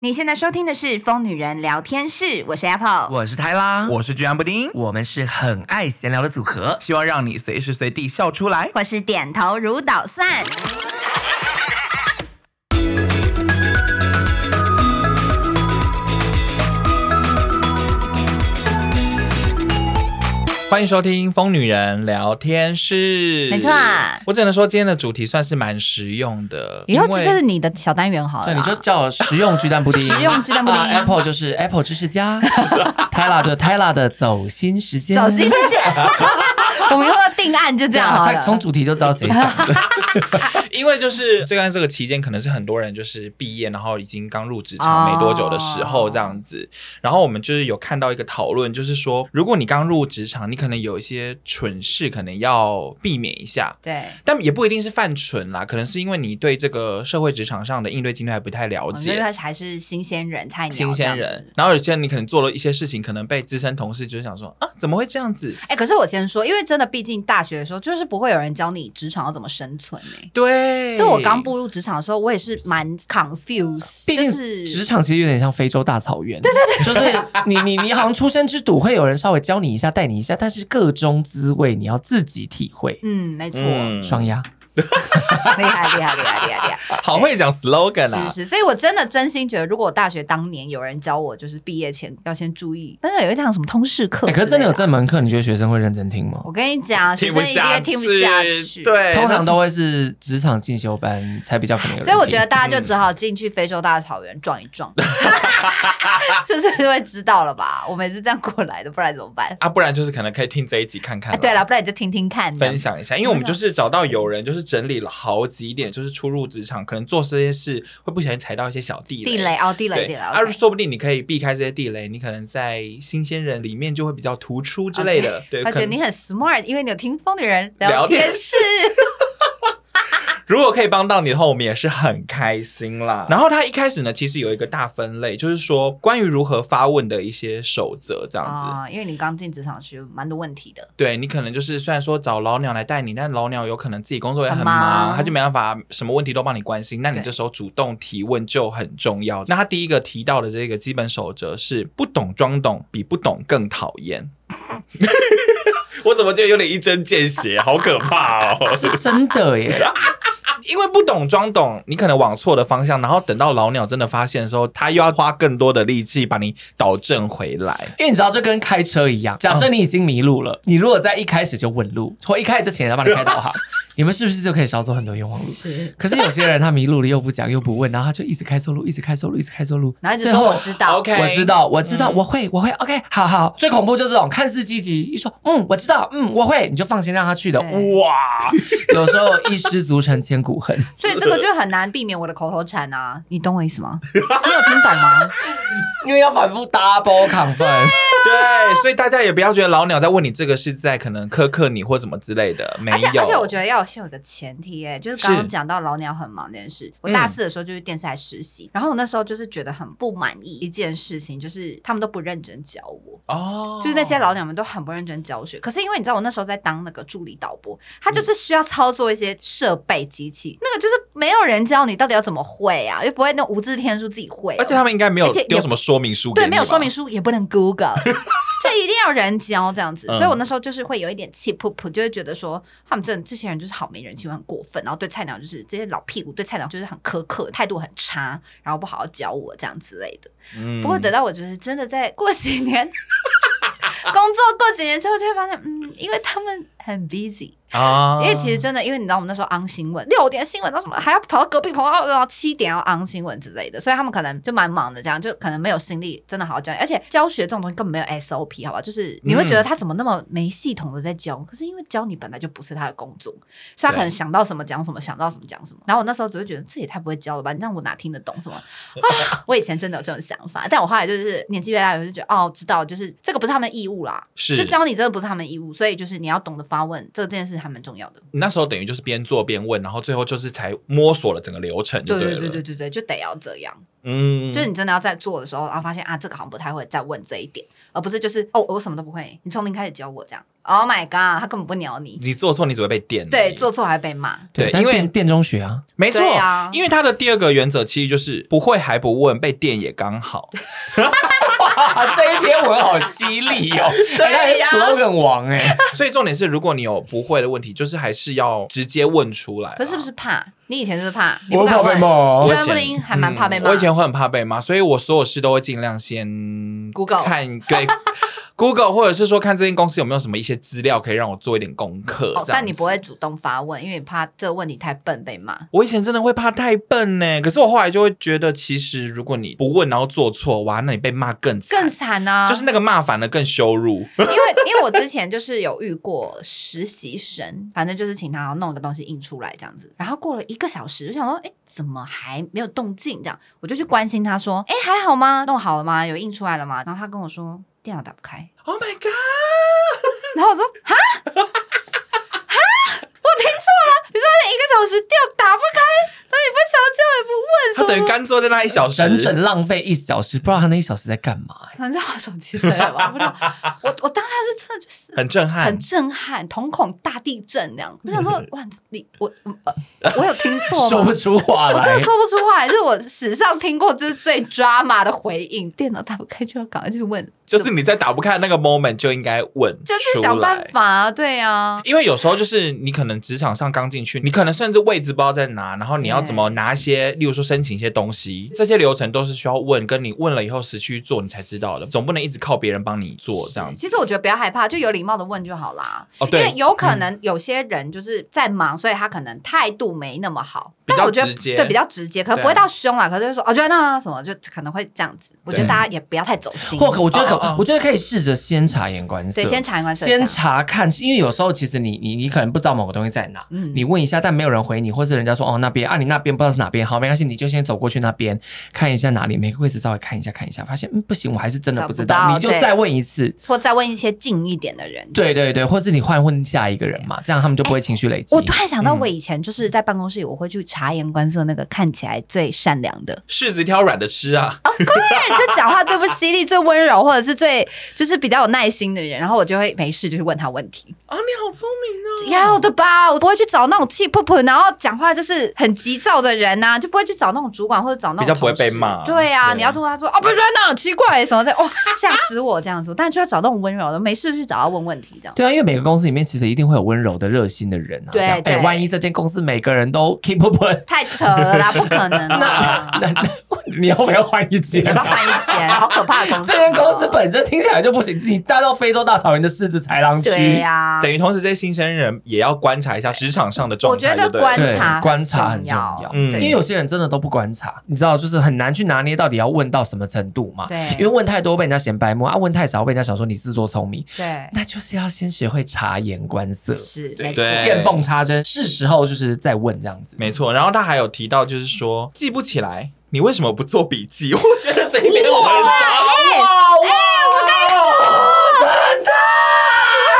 你现在收听的是《疯女人聊天室》，我是 Apple。我是泰拉，我是居安布丁，我们是很爱闲聊的组合。希望让你随时随地笑出来。或是点头如捣蒜。欢迎收听《疯女人聊天室》。没错啊我只能说今天的主题算是蛮实用的，以后因为这就是你的小单元好了对，啦。你就叫我实用鸡蛋布丁，实用鸡蛋布丁啊 Apple 就是 Apple 知 识家，Tyla 就 Tyla 的走心时间，走心世 界，我们以后要定案就这对样啊好他了。从主题就知道谁想的。 因为就是这个这个期间，可能是很多人就是毕业，然后已经刚入职场哦没多久的时候这样子。然后我们就是有看到一个讨论，就是说，如果你刚入职场，你可能有一些蠢事，可能要避免一下。对，但也不一定是犯蠢啦，可能是因为你对这个社会职场上的应对进退还不太了我觉解。得还是新鲜人菜鸟，新鲜人，。然后有些人你可能做了一些事情，可能被资深同事就是想说啊，怎么会这样子？哎、可是我先说，因为真的，毕竟大学的时候，就是不会有人教你职场要怎么生存哎、对，就我刚步入职场的时候，我也是蛮 confused，毕就竟是职场其实有点像非洲大草原，对对对，就是你你你好像出生之土会有人稍微教你一下，带你一下，但是各中滋味你要自己体会。嗯，没错，嗯双鸭，厉害厉害厉害厉害厉害。好会讲 slogan 啊，是是，所以我真的真心觉得，如果我大学当年有人教我，就是毕业前要先注意，真的有一堂什么通识课、哎可是真的有这。门课，你觉得学生会认真听吗？啊我跟你讲，学听生不一定会下听不下去。去，。对，通常都会哎是职场进修班才比较可能有人所以听。我觉得 大家就只好进去非洲大草原撞一 撞，就是就会知道了吧？我们也是这样过来的，不然怎么办？啊，不然就是可能可以听这一集看看哎，啦。对了，不然你就听听看。嗯分享一下，因为我们就是找到有人就是整理了好几点，就是初入职场可能做这些事会不小心踩到一些小地雷。地雷哦，地雷对地雷。啊，说不定你可以避开这些地雷，你可能在新鲜人里面就会比较突出之类的。对，他觉可得能你很 smart，因为你有听风的人聊天天室。如果可以帮到你的话，我们也是很开心啦。然后他一开始呢，其实有一个大分类，就是说关于如何发问的一些守则 这样子。啊、因为你刚进职场是有蛮多问题的。对你可能就是虽然说找老鸟来带你，但老鸟有可能自己工作也很很忙，啊忙他就没办法什么问题都帮你关心。那你对这时候主动提问就很重要。那他第一个提到的这个基本守则是：不懂装懂比不懂更讨厌。 我怎么觉得有点一针见血，好可怕哦！是真的耶，因为不懂装懂，你可能往错的方向，然后等到老鸟真的发现的时候，他又要花更多的力气把你导正回来。因为你知道，这跟开车一样。假设你已经迷路了，你如果在一开始就问路，或一开始之前要把你开导好， 你们是不是就可以少走很多 冤枉路？是。可是有些人他迷路了又不讲又不问，然后他就一直开错路，一直开错路，一直开错路，然后一直最说我知道 OK 我知道，我知道，嗯我会，我会，OK，好好。最恐怖就是这种看似积极，一说嗯，我知道，嗯，我会，你就放心让他去的。对哇， 有时候一失足成千古恨。所以这个就很难避免我的口头禅啊，你懂我意思吗？ 你有听懂吗？ 因为要反复 double confirm，对，所以大家也不要觉得老鸟在问你这个是在可能苛刻你或什么之类的，没有。而且而且我觉得要先有一个前提、哎，就是刚刚是讲到老鸟很忙这件嗯事。我大四的时候就去电视台实习，然后我那时候就是觉得很不满意一件事情，就是他们都不认真教我。哦，就是那些老鸟们都很不认真教学，可是因为你知道我那时候在当那个助理导播，他就是需要操作一些设备机器，那个就是没有人教你到底要怎么会啊，又不会那种无字天书自己会哦、而且他们应该没而有且也丢什么说明书给对你没吧，有说明书也不能 Google，就一定要人教这样子，嗯所以我那时候就是会有一点气噗噗，就会觉得说他们真的这些人就是好没人情，很过分，然后对菜鸟就是这些老屁股对菜鸟就是很苛刻，态度很差，然后不好好教我这样之类的。嗯。不过等到我就是真的在过几年 工作过几年之后，就会发现，嗯，因为他们很 busy，、啊，因为其实真的，因为你知道我们那时候昂新闻，六点新闻到什么，还要跑到隔壁跑到七点要昂新闻之类的，所以他们可能就蛮忙的，这样就可能没有心力真的好好教你，而且教学这种东西根本没有 SOP，好吧，就是你会觉得他怎么那么没系统的在教，可是因为教你本来就不是他的工作，所以他可能对想到什么讲什么，想到什么讲什么，然后我那时候只会觉得这也太不会教了吧，你让我哪听得懂什么。我以前真的有这种想法，但我后来就是年纪越大，我就觉得哦，知道，就是这个不是他们的义务啦，是就教你这个不是他们的义务，所以就是你要懂得发问，这件事还蛮重要的。你那时候等于就是边做边问，然后最后就是才摸索了整个流程，对对对了对对，对对，就得要这样，嗯，就是你真的要在做的时候，然后发现啊，这个好像不太会，再问这一点，而不是就是哦，我什么都不会，你从零开始教我这样。 Oh my god，他根本不鸟你，你做错你只会被电而已。对，做错还被骂。嗯对但因为电电中学 啊，没错对啊，因为他的第二个原则其实就是不会还不问，被电也 刚好。哇，这一篇文好犀利 哦，对呀哎他是，slogan 王哎，所以重点是，如果你有不会的问题，就是还是要直接问出来啦。可是是不是怕？你以前是不是怕？你我不敢怕被啊问。骂虽啊我以然布丁前嗯还蛮怕被骂。我以前会很怕被骂，所以我所有事都会尽量先 Google 看对 Google，或者是说看这间公司有没有什么一些资料可以让我做一点功课。哦，这样但你子不会主动发问，因为你怕这个问题太笨被骂。我以前真的会怕太笨呢，可是我后来就会觉得，其实如果你不问然后做错，哇，那你被骂更惨，更惨啊！就是那个骂反了更羞辱。因为因为我之前就是有遇过实习生，反正就是请他弄个东西印出来这样子，然后过了一个小时，我想说，哎，怎么还没有动静？这样我就去关心他说，哎，还好吗？弄好了吗？有印出来了吗？然后他跟我说电脑打不开， Oh my god！然后我说哈。哈，我听错了，你说一个小时电脑打不开，那你不 他想叫也不问，等于干坐在那一小时，整整浪费一小时，不知道他那一小时在干嘛哎。可能在玩手机之类吧，我不知道。我我当时是真的 就是很震撼很。震撼，瞳孔大地震那样。我想说，哇，你我呃我有听错说吗不？出话我真来的，说不出话来，是我史上听过就是最 drama 的回应。电脑打不开就要赶快去问，就是你在打不开的那个 moment 就应该问出就来，是想办法啊，对啊，因为有时候就是你可能职场上刚进去，你可能甚至位置不知道在哪，然后你要怎么拿一些，例如说申请一些东西，这些流程都是需要问，跟你问了以后实际去做你才知道的，总不能一直靠别人帮你做这样子。其实我觉得不要害怕，就有礼貌的问就好啦。哦，因为对，有可能有些人就是在忙，所以他可能态度没那么好，比较但我觉得直接对比较直接，可能不会对啊到凶啊，可是就说哦，觉得那啊什么，就可能会这样子。我觉得对大家也不要太走心，或可我觉得哦哦哦可，我觉得可以试着先察言观色对，，先察言观色一下，先查看，因为有时候其实你你你可能不知道某个东西在哪。嗯你问一下，但没有人回你，或是人家说哦那边啊，你那边不知道是哪边，好没关系，你就先走过去那边看一下哪里，每个位置稍微看一下看一下，发现嗯不行，我还是真的不找知不道，到你就对再问一次，或再问一些近一点的人。对对对，或是你换问下一个人嘛，这样他们就不会情绪累积哎我。突然想到，嗯我以前就是在办公室，我会去察言观色那个看起来最善良的，柿子挑软的吃啊，哦对，就讲话最不犀利、最 温柔，或者是最就是比较有耐心的人，然后我就会没事就去问他问题。啊，你好聪明哦，要的吧，我不会去找那种气噗噗，然后讲话就是很急躁的人呐、就不会去找那种主管或者找那种比较不会同事被骂对啊，对你要问他说哦，不是那奇怪什么的，哦，吓死我这样子。但就要找那种温柔的，没事去找他问问题这样。对啊，因为每个公司里面其实一定会有温柔的、热心的人啊。对这样哎、对万一这间公司每个人都 keep up，太扯了啦，不可能啊啦！那那 你要不要换一间要？不要换一 间？好可怕的公司！这间公司本身听起来就不行，你带到非洲大草原的狮子豺狼区，对呀、等于同时这些新生人也要观察一下职场上的状我态，觉对得不对观对察观察很很重重要要嗯因为有些人真的都不观察，你知道，就是很难去拿捏到底要问到什么程度嘛。对因为问太多被人家嫌白目啊，问太少被人家想说你自作聪明，对，那就是要先学会察言观色，是对没错。对见缝插针，是时候就是再问这样子。没错，然后他还有提到，就是嗯说记不起来，你为什么不做笔记？ 我觉得这一篇文章，哎哇！我跟你说，真的，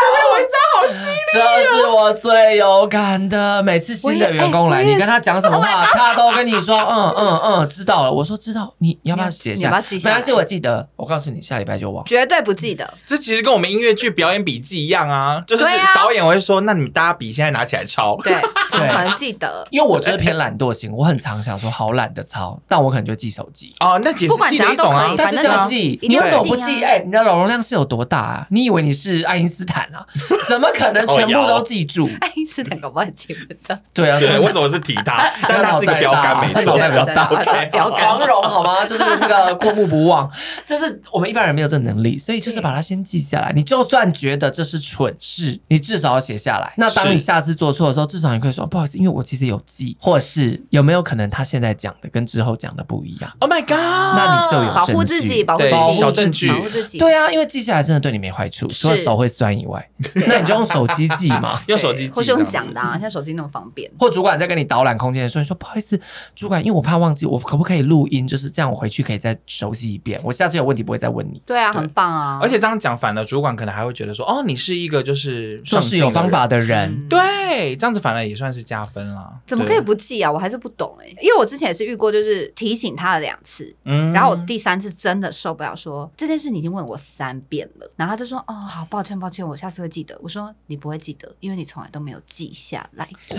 这篇文章好犀利、啊这是我最有感的。每次新的员工来，我也哎你跟他讲什么话，他都跟你说，嗯嗯嗯，知道了。我说知道，你你要不要写你要下？不要记下来没关系，我记得。我告诉你，下礼拜就忘。绝对不记得，这其实跟我们音乐剧表演笔记一样啊，就是对啊导演会说，那你们大家笔现在拿起来抄。 对，怎么可能记得？因为我就是偏懒惰型，我很常想说好懒得抄，但我可能就记手机。哦，那也不是管记怎样的一都种可啊以，但反是正这就是样记，一你定为什要么不记记？啊哎、你的容量是有多大啊？你以为你是爱因斯坦 啊？怎么可能全部都记住？爱因斯坦搞不好也记不得，对啊，所以对，为什么是提 他？但他是一个标杆，没脑错对。袋比较大对对对标光杆。荣好 吗？就是那个过目不忘，就是我们一般人没有这能力，所以就是把它先记下来。你就算觉得这是蠢事，你至少要写下来。那当你是下次做错的时候，至少你可以说哦不好意思，因为我其实有记，或是有没有可能他现在讲的跟之后讲的不一样？ Oh my god！那你就有保护证自据己，保护对自己，小证据。保护自己。啊对啊，因为记下来真的对你没坏处，除了手会酸以外，那你就用手机机记嘛用手机或是用这样讲子的啊，现在手机那么方便。或主管在跟你导览空间的时候，你说不好意思，主管，因为我怕忘记，我可不可以录音？就是这样，我回去可以再熟悉一遍。我下次有问题不会再问你。对啊，对很棒啊！而且这样讲，反而主管可能还会觉得说，哦，你是一个就是做上事进有的方人。法的人，嗯对，啊这样子反而也算是加分啦。怎么可对以？不记啊？我还是不懂哎、因为我之前也是遇过，就是提醒他了两次，嗯然后我第三次真的受不了说，这件事你已经问我三遍了，然后他就说哦，好抱歉抱歉，我下次会记得。我说你不会记得，因为你从来都没有记下来。对，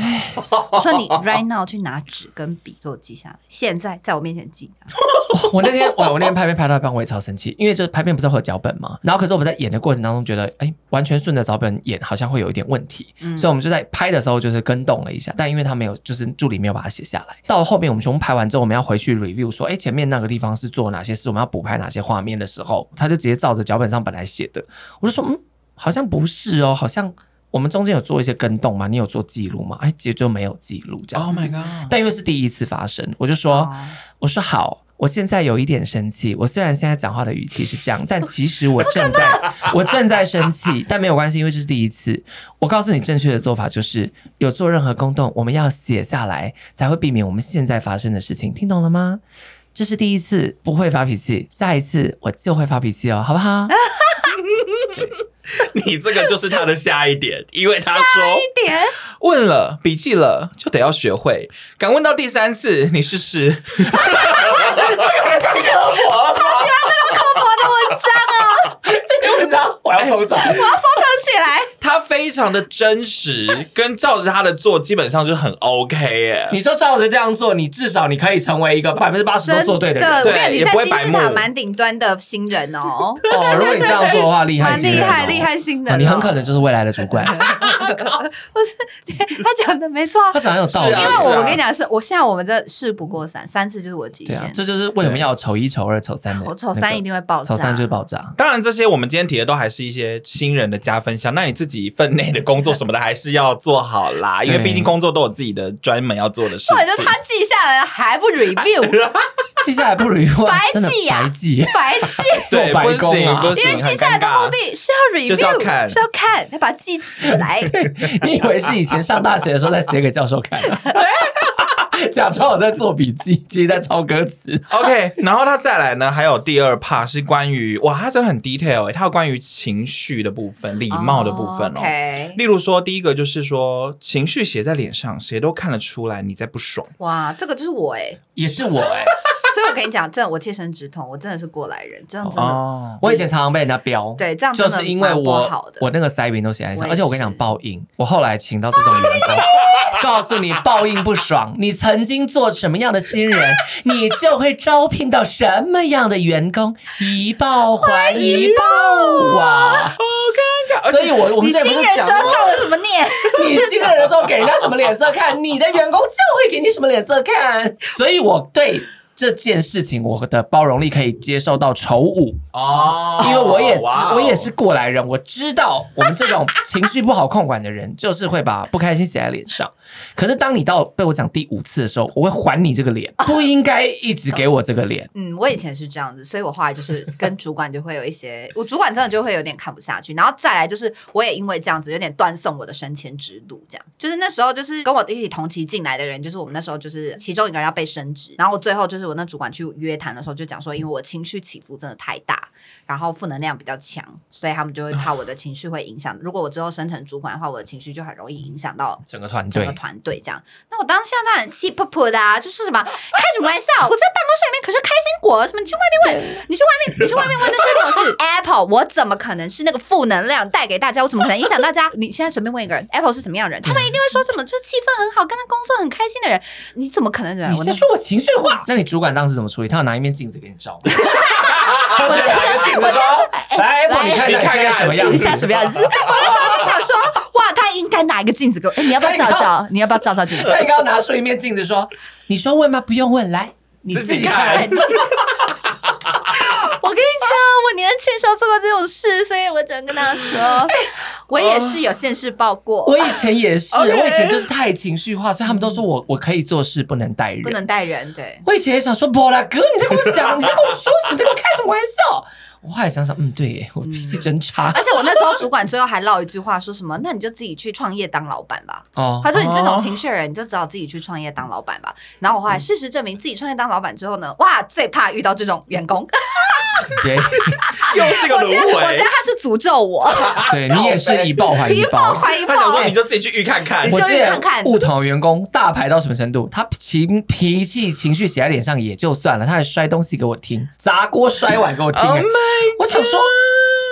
我说你 right now 去拿纸跟笔给我记下来，现在在我面前记。 我那天我我那天拍片拍到一半，我也超生气，因为就是拍片不是会有脚本嘛，然后可是我们在演的过程当中觉得，哎，完全顺着脚本演好像会有一点问题，嗯所以我们就在拍的时候就是跟动了一下，但因为他没有，就是助理没有把它写下来，到后面我们全部拍完之后，我们要回去 review 说，哎，前面那个地方是做哪些事，我们要补拍哪些画面的时候，他就直接照着脚本上本来写的，我就说，嗯，好像不是哦，好像我们中间有做一些跟动嘛，你有做记录吗？哎，结果就没有记录这样子。 ，Oh my god！但因为是第一次发生，我就说。哦我说好，我现在有一点生气。我虽然现在讲话的语气是这样，但其实我正 在我正在生气，但没有关系，因为这是第一次。我告诉你，正确的做法就是有做任何公动，我们要写下来，才会避免我们现在发生的事情。听懂了吗？这是第一次，不会发脾气，下一次我就会发脾气哦，好不好？你这个就是他的下一点，因为他说一点问了、笔记了，就得要学会。敢问到第三次，你试试。 我的文章啊， 这篇文章我要收走。我要收藏起 来。他非常的真实，跟照着他的做，基本上就很 OK 耶。你就照着这样做，你至少你可以成为一个百分之八十都真做对的人。我跟对你也在不会金白字塔目蛮顶端的新人哦，哦，如果你这样做的 话， 厉害蛮新厉人哦，害厉害新人、哦哦你 很可能就是未来的主管。不是 他讲的没错啊他，讲的有道是理因啊。为我我跟你讲是，我现在我们这事不过三，三次就是我极对啊限，，这就是为什么要有丑一、丑二、丑三的那个。我丑三一定会爆炸，丑三就是爆炸。当然，这些我们今天提的都还是一些新人的加分项。那你自己分内的工作什么的，还是要做好啦，因为对毕竟工作都有自己的专门要做的事或者情是。他记下来还不 review，记下来不如一 万，白真的记呀白记。白记，做对，白不工行啊不因行，为很记下来尴的目尬。的是要 review，就是要看是要看，要把它记起来。 哦你以为是以前上大学的时候在写给教授看 的？假装我在做笔记，其实在抄歌词。 OK，然后他再来呢，还有第二 part 是关于哇，他真的很 detail 哎、他有关于情绪的部分、礼貌的部分哦。 OK，例如说，第一个就是说，情绪写在脸上，谁都看得出来你在不爽。哇，这个就是我哎，也是我哎、所以我跟你讲，真的我切身之痛，我真的是过来人，这样真的哦， 我以前常常被人家标，对这样就真的是因为蛮不我好的我那个塞云都写在我上，也而且我跟你讲是报应，我后来请到这种员工，告诉你报应不爽，你曾经做什么样的新人，你就会招聘到什么样的员工，一报还一报啊！所以我我们你这里不新是人讲时候过中了什么念？你新人的时候给人家什么脸色看，你的员工就会给你什么脸色看，所以我对。这件事情，我的包容力可以接受到丑五，哦因为我也是、哇哦我也是过来人，我知道我们这种情绪不好控管的人，就是会把不开心写在脸上。可是当你到被我讲第五次的时候，我会还你这个 脸，不应该一直给我这个脸。嗯，我以前是这样子，所以我后来就是跟主管就会有一些，我主管真的就会有点看不下去，然后再来就是我也因为这样子有点断送我的升迁之路，这样就是那时候就是跟我一起同期进来的人，就是我们那时候就是其中一个人要被升职，然后我最后就是我那主管去约谈的时候就讲说，因为我情绪起伏真的太大，然后负能量比较强，所以他们就会怕我的情绪会影响，如果我之后升成主管的话，我的情绪就很容易影响到整个团整队个团队这样。那我当下当然气噗噗的、啊，就是什么开什么玩笑，我在办公室里面可是开心果，什么你去外面问，你去外面，你去外面问那 些同事 Apple，我怎么可能是那个负能量带给大家？我怎么可能影响大家？你现在随便问一个人 Apple 是什么样的人，他们一定会说什么就是气氛很好，跟他工作很开心的人，你怎么可能忍？你我先那说我情绪化，那你主管当时怎么处理？他有拿一面镜子给你照吗？我真的我真的来，不，哎你来看一下你现在什么样你子？现哎在什么 样子？我那时候就想说，哇，他应该拿一个镜子给我，哎，你要不要照照？你要不要照照镜 子所？以刚刚拿出一面镜子说：“你说问吗？不用问，来，你自己己看看。 我跟你讲，我年轻时候做过这种事，所以我只能跟大家 说，我也是有现世报过， 哦我以前也是， OK 我以前就是太情绪化，所以他们都说我我可以做事，不能带人。不能带人，对。我以前也想说，波拉哥，你在跟我想，你在跟我说什么？你在跟我开什么玩笑？我后来想想，嗯，对耶，我脾气真差而且我那时候主管最后还唠一句话，说什么？那你就自己去创业当老板吧。哦。他说：“你这 种情绪的人，你就只好自己去创业当老板吧。”然后我后来事实证明，自己创业当老板之后呢，哇，最怕遇到这种员工。对又是个我觉得，轮我觉得回。他是诅咒我，对你也是以暴还一 报暴。还一他想报说，。你就自己去预看看你。我就记去看得看雾头员工大牌到什么程度？他情脾气情绪写在脸上也就算了，他还摔东西给我听，砸锅摔碗给我听、哎 Oh my 我想说，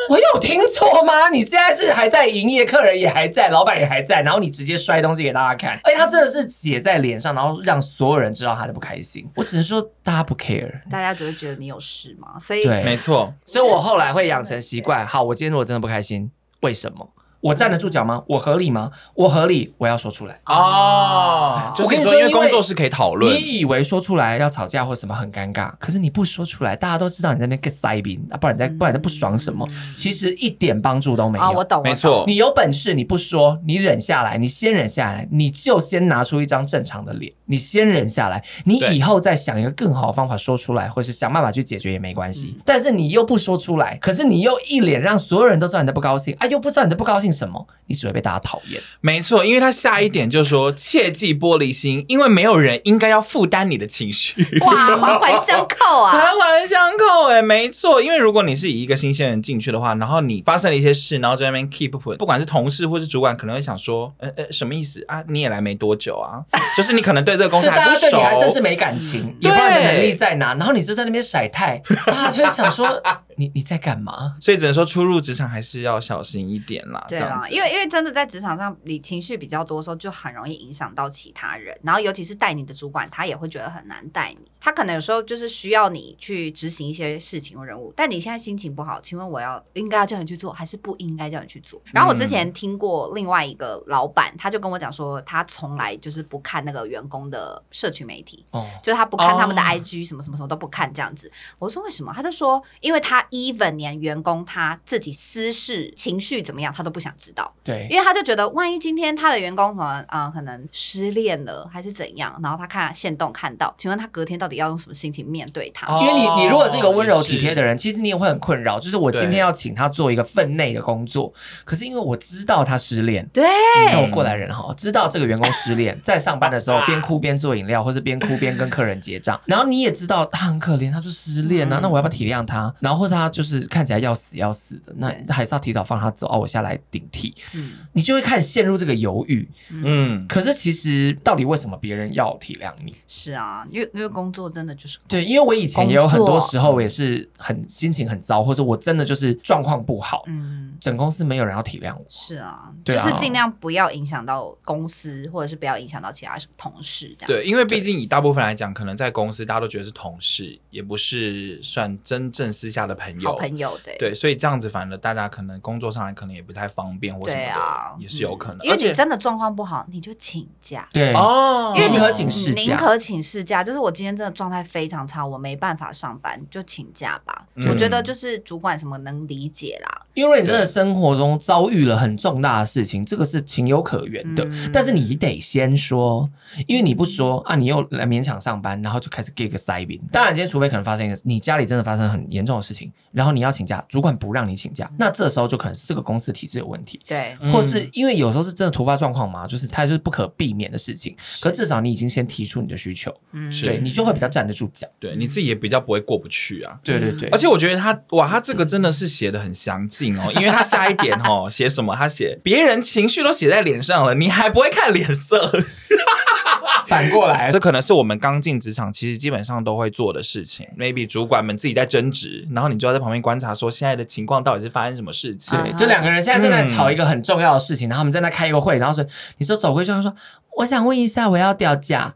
我有听错吗？你现在是还在营业，客人也还在，老板也还在，然后你直接摔东西给大家看，而且他真的是写在脸上，然后让所有人知道他的不开心。我只能说大家不 care。大家只会觉得你有事嘛，所以对，没错，所以我后来会养成 习惯。好，我今天如果真的不开心，为什么？我站得住脚吗？我合理吗？我合理，我要说出来。哦，就我跟你是说，说因为因为工作是可以讨论，你以为说出来要吵架或什么很尴尬，可是你不说出来，大家都知道你在那边 get 塞宾，啊，不然你在不然你在不爽什么，其实一点帮助都没有。嗯啊，我懂，没我懂错你有本事你不说，你忍下来，你先忍下来，你就先拿出一张正常的脸，你先忍下来，你对以后再想一个更好的方法说出来，或是想办法去解决也没关嗯系。但是你又不说出来，可是你又一脸让所有人都知道你在不高兴，啊，又不知道你在不高兴什么，你只会被大家讨厌。没错，因为他下一点就说切忌玻璃心，因为没有人应该要负担你的情绪。哇，环环相扣 啊，环环相扣、哎，没错，因为如果你是以一个新鲜人进去的话，然后你发生了一些事，然后在那边 keep 不管是同事或是主管，可能会想说，呃呃，什么意思啊？你也来没多久 啊，就是你可能对这个公司就还大不家对熟你，还甚至没感情，也不知道你的能力在哪，然后你就在那边甩态，大家就会想说你你在干嘛？所以只能说初入职场还是要小心一点啦。对啊这样啦子，因为因为真的在职场上，你情绪比较多的时候，就很容易影响到其他人。然后尤其是带你的主管，他也会觉得很难带你。他可能有时候就是需要你去执行一些事情或任务，但你现在心情不好，请问我要应该要叫你去做，还是不应该叫你去做？然后我嗯之前听过另外一个老板，他就跟我讲说，他从来就是不看那个员工的社群媒体，哦，就是他不看他们的哦 IG 什么什么什么都不看这样子。我说为什么？他就说，因为他 even 连员工他自己私事情绪怎么样，他都不想知道，对，因为他就觉得万一今天他的员工可能呃可能失恋了还是怎样，然后他看现动看到，请问他隔天到底要用什么心情面对他？哦因为你，你如果是一个温柔体贴的人，其实你也会很困扰。就是我今天对要请他做一个分内的工作，可是因为我知道他失恋，对，那我过来人哈，知道这个员工失恋，在上班的时候边哭边做饮料，或是边哭边跟客人结账。然后你也知道他很可怜，他就失恋了、啊嗯那我要不要体谅他？然后或者他就是看起来要死要死的，那对那还是要提早放他走哦，我下来顶替。嗯你就会开始陷入这个犹豫。嗯，嗯，可是其实到底为什么别人要体谅你？是啊，因为因为工作真的就是对，因为我以前也有工很作多时候也是很心情很糟，或者我真的就是状况不好，嗯。整公司没有人要体谅我。是啊，对就啊是尽量不要影响到公司，或者是不要影响到其他同事这样。对，因为毕竟以大部分来讲，可能在公司大家都觉得是同事，也不是算真正私下的朋友。好朋友对。对，所以这样子，反而大家可能工作上来可能也不太方便，或什么对的，啊，也是有可能。嗯因为而且你真的状况不好，你就请假。对，哦，因为你宁可请示事假宁可请事假，就是我今天真的状态非常差，我没办法上班，就请假吧。嗯我觉得就是主管什么能理解啦。因为你真的生活中遭遇了很重大的事情，这个是情有可原的，嗯但是你得先说，因为你不说啊，你又来勉强上班，然后就开始 give 个塞宾。当然，今天除非可能发生一个你家里真的发生很严重的事情，然后你要请假，主管不让你请假，那这时候就可能是这个公司体制有问题。对，嗯或是因为有时候是真的突发状况嘛，就是它就是不可避免的事情。可至少你已经先提出你的需求，嗯，是对你就会比较站得住脚。对你自己也比较不会过不去啊。对对对，而且我觉得他哇，他这个真的是写的很详尽哦，因为他下一点哦写什么？他写别人情绪都写在脸上了，你还不会看脸色，啊反过来这可能是我们刚进职场其实基本上都会做的事情。maybe 主管们自己在争执，然后你就要在旁边观察，说现在的情况到底是发生什么事情。对，就两个人现在正在吵一个很重要的事情，然后他们正在开一个会，然后说你说走过去，他说我想问一下，我要掉价，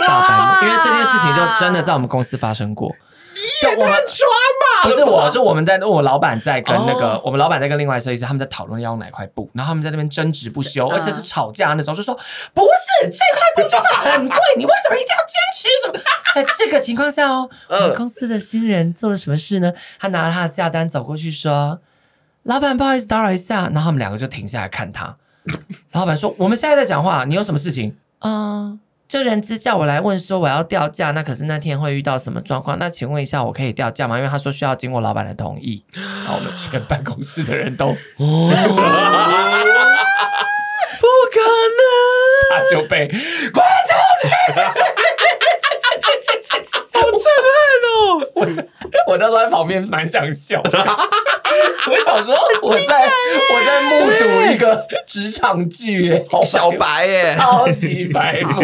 哇，大胆，哇因为这件事情就真的在我们公司发生过。就我们吧不是我，是我们在我老板在跟那个、哦我们老板在跟另外设计师他们在讨论要用哪块布，然后他们在那边争执不休，嗯而且是吵架那种，就说不是这块布就是很贵，你为什么一定要坚持什么？ 在这个情况下哦，我嗯们公司的新人做了什么事呢？他拿了他的价单走过去说：“老板，不好意思打扰一下。”然后他们两个就停下来看他。老板说：“我们现在在讲话，你有什么事情？”嗯，就人资叫我来问说我要调假，那可是那天会遇到什么状况？那请问一下，我可以调假吗？因为他说需要经过老板的同意。然后我们全办公室的人都不可能，他就被关掉。 好震撼哦！我那时候在旁边蛮想笑的， 我想说我在我在目睹一个职场剧耶，好哦小 白耶，超级白 目，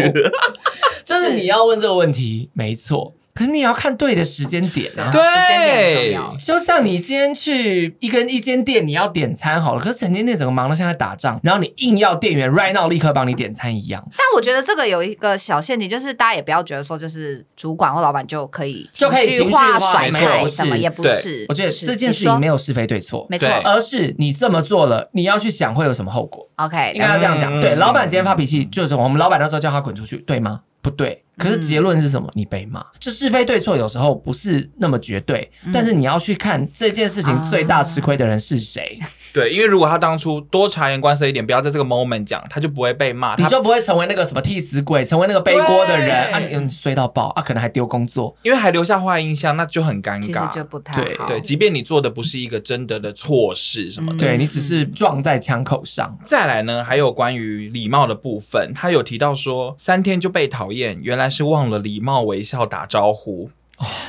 就是你要问这个问题，没错，可是你也要看对的时间点啊。对时间点很重要。就像你今天去一跟一间店，你要点餐好了，可是整间店整个忙到像在打仗，然后你硬要店员 right now 立刻帮你点餐一样，但我觉得这个有一个小陷阱，就是大家也不要觉得说，就是主管或老板就可以就可以情情绪化、化甩没错开不什么，是也不对是。我觉得是这件事你说情没有是非对错，没错。对而是你这么做了，你要去想会有什么后果。 OK，应该要这样讲，嗯对，嗯老板今天发脾气，就是我们老板那时候叫他滚出去，对吗？不对，可是嗯结论是什么？你被骂，就是非对错有时候不是那么绝对，但是你要去看这件事情最大吃亏的人是谁，对，因为如果他当初多察言观色一点，不要在这个 moment 讲，他就不会被骂。你啊他就不会成为那个什么替死鬼，成为那个背锅的人对啊，你嗯衰到爆啊，可能还丢工作，因为还留下坏印象，那就很尴其实尬。就不太对好。对，即便你做的不是一个真的的错事什么嗯的。对你只是撞在枪口上，再来呢，还有关于礼貌的部分，他有提到说三天就被讨厌，原来是忘了礼貌微笑打招呼。哦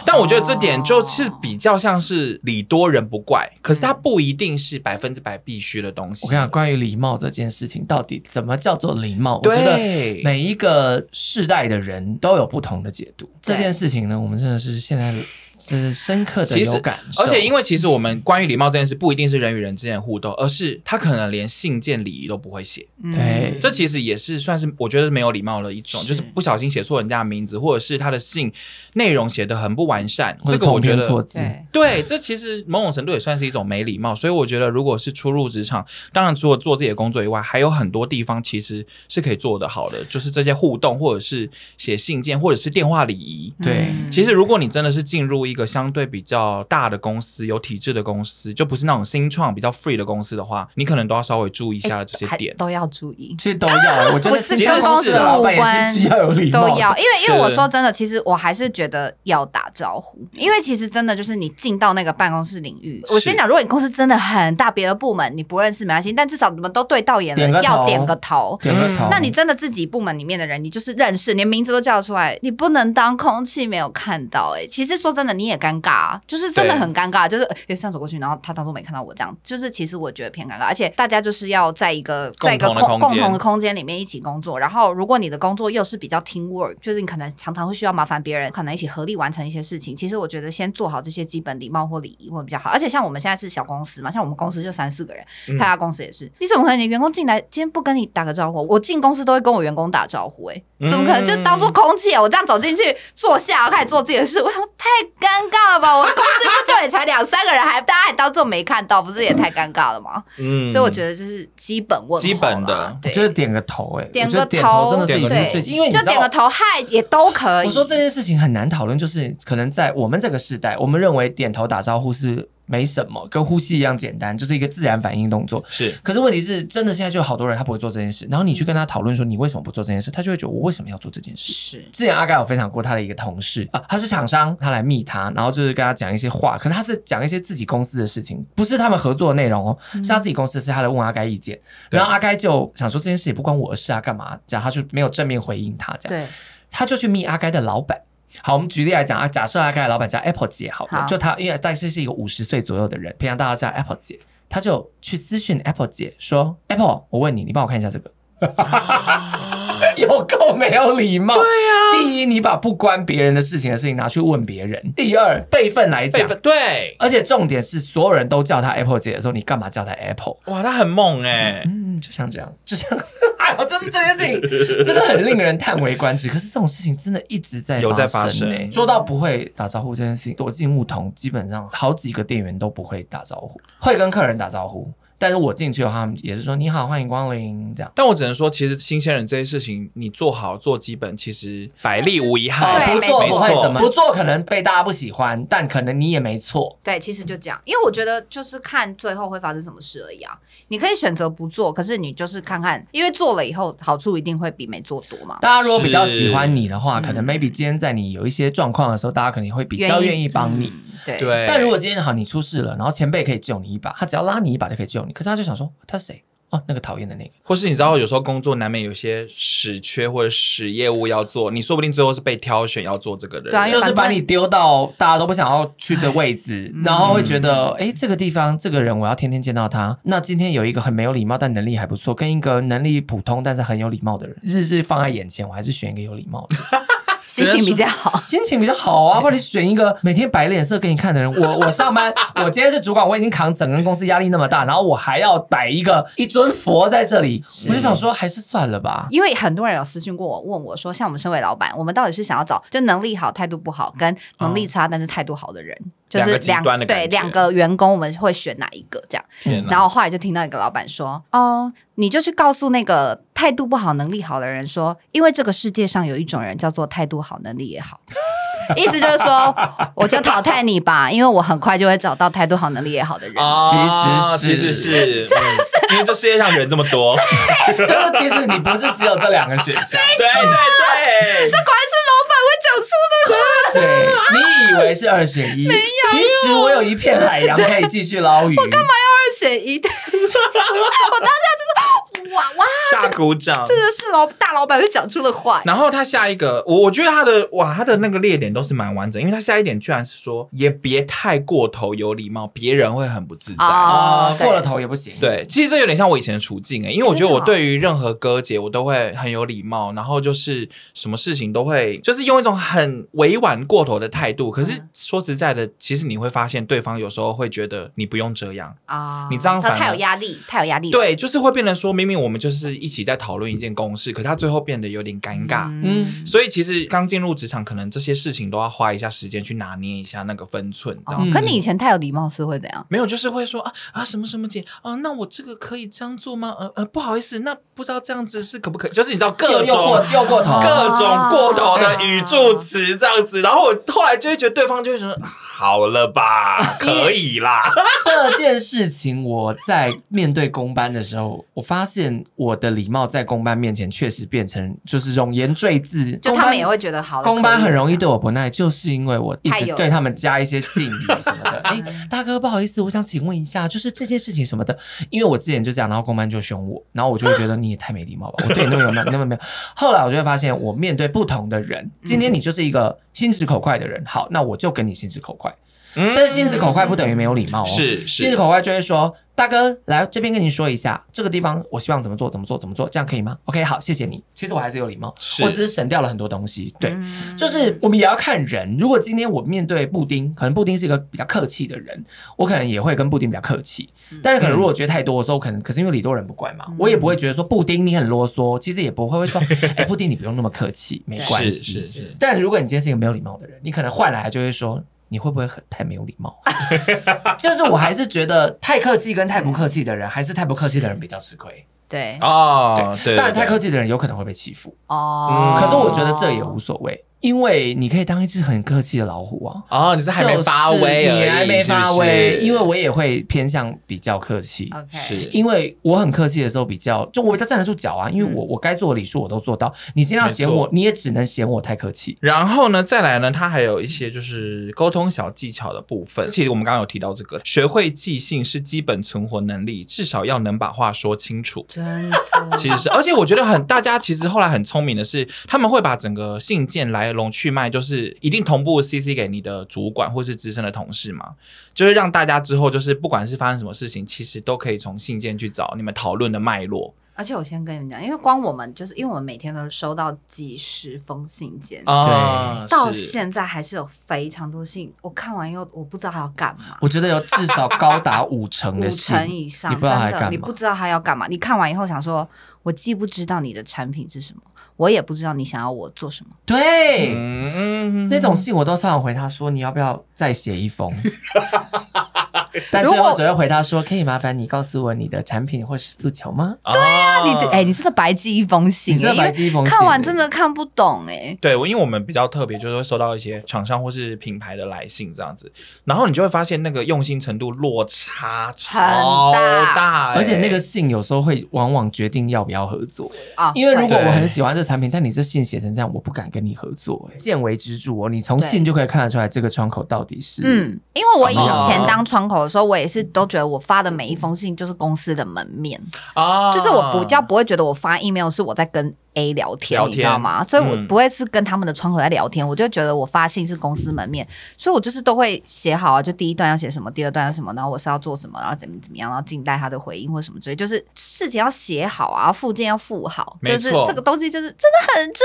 但我觉得这点就是比较像是礼多人不怪，可是它不一定是百分之百必须的东嗯西。我跟你讲，关于礼貌这件事情，到底怎么叫做礼貌？我觉得对，每一个世代的人都有不同的解读。对这件事情呢，我们真的是现在 是深刻的其实有感受，而且因为其实我们关于礼貌这件事，不一定是人与人之间的互动，而是他可能连信件礼仪都不会写。嗯对这其实也是算是我觉得没有礼貌的一种，是就是不小心写错人家的名字，或者是他的信内容写的很不完善。或这者个我通觉篇得错字，对对，这其实某种程度也算是一种没礼貌，所以我觉得，如果是初入职场，当然除了做自己的工作以外，还有很多地方其实是可以做得好的，就是这些互动，或者是写信件，或者是电话礼仪。对嗯其实，如果你真的是进入一个相对比较大的公司、有体制的公司，就不是那种新创、比较 free 的公司的话，你可能都要稍微注意一下这些哎还点。都要注意。其实都要。啊我觉啊不得是其实跟公司是老板无关也是需要有礼都貌的，要，因为因为对我说真的，其实我还是觉得要打招呼，因为其实真的就是你进到那个办公室领域，我是先讲，如果你公司真的很大，别的部门你不认识没关系，但至少你们都对到眼点了，个头要点个头。点个头。嗯那你真的自己部门里面的人，你就是认识，连名字都叫出来，你不能当空气没有看到、欸。哎，其实说真的，你也尴尬、啊，就是真的对很尴尬，就是呃这样走过去，然后他当做没看到我这样，就是其实我觉得偏尴尬，而且大家就是要在一个共同在一的个共空间共同的空间里面一起工作，然后如果你的工作又是比较 team work，就是你可能常常会需要麻烦别人，可能一起合力完成一些事情。其实我觉得先做好这些基本礼貌或礼仪会比较好，而且像我们现在是小公司嘛，像我们公司就三四个人，嗯他家公司也是，你怎么可能你员工进来今天不跟你打个招呼？我进公司都会跟我员工打招呼、欸，嗯怎么可能就当做空气啊？我这样走进去坐下，我开始做自己的事，我想太尴尬了吧？我公司不就也才两三个人，还大家还当做没看到，不是也太尴尬了吗？嗯所以我觉得就是基本问候啦基本的对，就是点个头，哎，点我觉得个点头真的是点一个件头最，因为你就知点道个。头嗨也都可以。我说这件事情很难讨论，就是可能在我们这个时代，我们认为点头打招呼是没什么，跟呼吸一样简单，就是一个自然反应动作。是可是问题是，真的现在就有好多人他不会做这件事，然后你去跟他讨论说你为什么不做这件事，他就会觉得我为什么要做这件事。是之前阿盖有分享过他的一个同事啊，他是厂商，他来密他，然后就是跟他讲一些话，啊可能他是讲一些自己公司的事情，不是他们合作的内容哦，是他自己公司的事，他来问阿盖意见，对然后阿盖就想说这件事也不关我的事啊，干嘛这样，他就没有正面回应他这样，对，他就去密阿盖的老板。好，我们举例来讲啊，假设阿盖的老板叫 Apple 姐好了，好就他因为大概是一个五十岁左右的人，平常大家叫 Apple 姐，他就去私讯 Apple 姐说：“Apple，我问你，你帮我看一下这个。” 哦有够没有礼貌。对啊呀、第一，你把不关别人的事情的事情拿去问别人；第二，辈分来辈讲，分对，而且重点是所有人都叫他 Apple 姐的时候，你干嘛叫他 Apple？哇，他很猛哎、嗯，就像这样，就像，哎呦，就是这件事情真的很令人叹为观止。可是这种事情真的一直在有在发生、生欸。说到不会打招呼这件事情，我进牧童基本上好几个店员都不会打招呼，会跟客人打招呼。但是我进去的话，他们也是说你好，欢迎光临这样。但我只能说，其实新鲜人这些事情，你做好做基本，其实百利无一害。对哎不做没不错会怎么，没不做可能被大家不喜欢，但可能你也没错。对，其实就这样，因为我觉得就是看最后会发生什么事而已啊。你可以选择不做，可是你就是看看，因为做了以后好处一定会比没做多嘛。大家如果比较喜欢你的话，是可嗯能 maybe 今天在你有一些状况的时候，大家可能会比较愿意帮你。嗯对对，但如果今天好你出事了，然后前辈可以救你一把，他只要拉你一把就可以救你，可是他就想说他是谁？哦，那个讨厌的那个。或是你知道，有时候工作难免有些屎缺或者屎业务要做，你说不定最后是被挑选要做这个人。对啊因为就是把你丢到大家都不想要去的位置，嗯然后会觉得，哎、这个地方这个人我要天天见到他。那今天有一个很没有礼貌但能力还不错，跟一个能力普通但是很有礼貌的人，日日放在眼前，我还是选一个有礼貌的，心情比较好。心情比较好啊。或者选一个每天摆脸色给你看的人。我我上班， 我今天是主管，我已经扛整个公司压力那么大，然后我还要摆一个一尊佛在这里，我就想说还是算了吧。因为很多人有私信过我，问我说，像我们身为老板，我们到底是想要找就能力好、态度不好，跟能力差但是态度好的人，就是嗯两个极端的感对觉嗯两个员工，我们会选哪一个这样？天哪然后我后来就听到一个老板说：“哦，你就去告诉那个态度不好、能力好的人说，因为这个世界上有一种人叫做态度好、能力也好， 意思就是说，我就淘汰你吧，因为我很快就会找到态度好、能力也好的人。啊其实是其实 是，嗯因为这世界上人这么多，就是其实你不是只有这两个选项。对 对对，果然是老板会讲出那个。 对，你以为是二选一？没有，其实我有一片海洋可以继续捞鱼。我干嘛二选一，我当下就说：“哇哇，大鼓掌这。个是老大老板会讲出的话。”然后他下一个，我我觉得他的哇，他的那个列点都是蛮完整，因为他下一点居然是说也别太过头有礼貌，别人会很不自在。哦啊？对过了头也不行。，对，其实这有点像我以前的处境哎、因为我觉得真的我哦对于任何哥姐，我都会很有礼貌，然后就是什么事情都会，就是用一种很委婉过头的态度。可是嗯说实在的，其实你会发现对方有时候会觉得你不用这样，啊你这样他反而太有压力，太有压力了。对，就是会变成说，明明我们就是一起在讨论一件公事，可他最后变得有点尴尬。嗯所以其实刚进入职场，可能这些事情都要花一下时间去拿捏一下那个分寸，你知道吗？嗯哦，可你以前太有礼貌是会怎样？没有，就是会说啊啊什么什么姐啊，那我这个可以这样做吗？呃呃，不好意思，那不知道这样子是可不可以？就是你知道各又种又过又过头。啊各种过头的语助词这样子，然后我后来就会觉得对方就会说啊好了吧，可以啦。这件事情我在面对公班的时候，我发现我的礼貌在公班面前确实变成就是容颜赘字。就公他班们也会觉得好了。公班可以很了容易这样对我不耐，就是因为我一太直有对他们加一些敬语什 么的。哎、嗯大哥，不好意思，我想请问一下，就是这件事情什么的，因为我之前就这样，然后公班就凶我，然后我就会觉得你也太没礼貌吧，我对你那么有那那么没有。后来我就会发现，我面对不同的人，今嗯天你就是一个心直口快的人，好，那我就跟你心直口快。嗯但是心直口快不等于没有礼貌哦，是心直是，口快就会说，大哥来这边跟你说一下，这个地方我希望怎么做怎么做怎么做，这样可以吗？OK，好，谢谢你。其实我还是有礼貌，是我只是省掉了很多东西，对。嗯就是我们也要看人。如果今天我面对布丁，可能布丁是一个比较客气的人，我可能也会跟布丁比较客气嗯。但是可能如果觉得太多的时候，可能可是因为礼多人不怪嘛嗯，我也不会觉得说布丁你很啰嗦，其实也不会 会说，哎、布丁你不用那么客气，没关是是系是。但如果你今天是一个没有礼貌的人，你可能换来就会说。你会不会很太没有礼 貌？就是我还是觉得太客气跟太不客气的人，还是太不客气的人比较吃亏。对哦，对，当然，太客气，气的人有可能会被欺负。哦，可是我觉得这也无所谓，因为你可以当一只很客气的老虎啊。哦，你是还没发威就而已，是你还没发是威，不是因为我也会偏向比较客气。 OK 是因为我很客气的时候，比较就我比较站得住脚啊，因为我嗯我该做的礼数我都做到。你今天要嫌没我错，你也只能嫌我太客气。然后呢，再来呢，它还有一些就是沟通小技巧的部分。其实我们刚刚有提到这个，学会即兴是基本存活能力，至少要能把话说清楚。真的其实是，而且我觉得很，大家其实后来很聪明的是，他们会把整个信件来龙去脉，就是一定同步 CC 给你的主管或是资深的同事嘛，就是让大家之后就是不管是发生什么事情，其实都可以从信件去找你们讨论的脉络。而且我先跟你们讲，因为光我们就是因为我们每天都收到几十封信件，啊，到是现在还是有非常多信，我看完以后我不知道还要干嘛。我觉得有至少高达五成五的信成以上，你真不知道还的，干你嘛不？知道他要干嘛。你看完以后想说，我既不知道你的产品是什么，我也不知道你想要我做什么。对，嗯 那种信我都常常回他说，你要不要再写一封？但如最后果只会回他说：“可以麻烦你告诉我你的产品或是诉求吗对啊你这哎、你真的白寄一封？”信、哦你欸，这因白为鸡风看完真的看不懂哎、欸。对，我因为我们比较特别，就是会收到一些厂商或是品牌的来信这样子，然后你就会发现那个用心程度落差超很大欸、而且那个信有时候会往往决定要不要合作，啊，因为如果对我很喜欢这产品，但你这信写成这样，我不敢跟你合作、哎，见微知著哦，你从信就可以看得出来这个窗口到底是嗯，因为我以哦什前么当窗口的时候，我也是都觉得我发的每一封信就是公司的门面，啊，就是我不嗯叫不会觉得我发 email 是我在跟 A 聊天，聊你知道天吗？所以我嗯不会是跟他们的窗口在聊天，我就觉得我发信是公司门面，所以我就是都会写好啊，就第一段要写什么，第二段要什么，然后我是要做什么，然后怎么怎么样，然后静待他的回应或什么之类，就是事情要写好啊，附件要附好，没就是错这个东西就是真的很重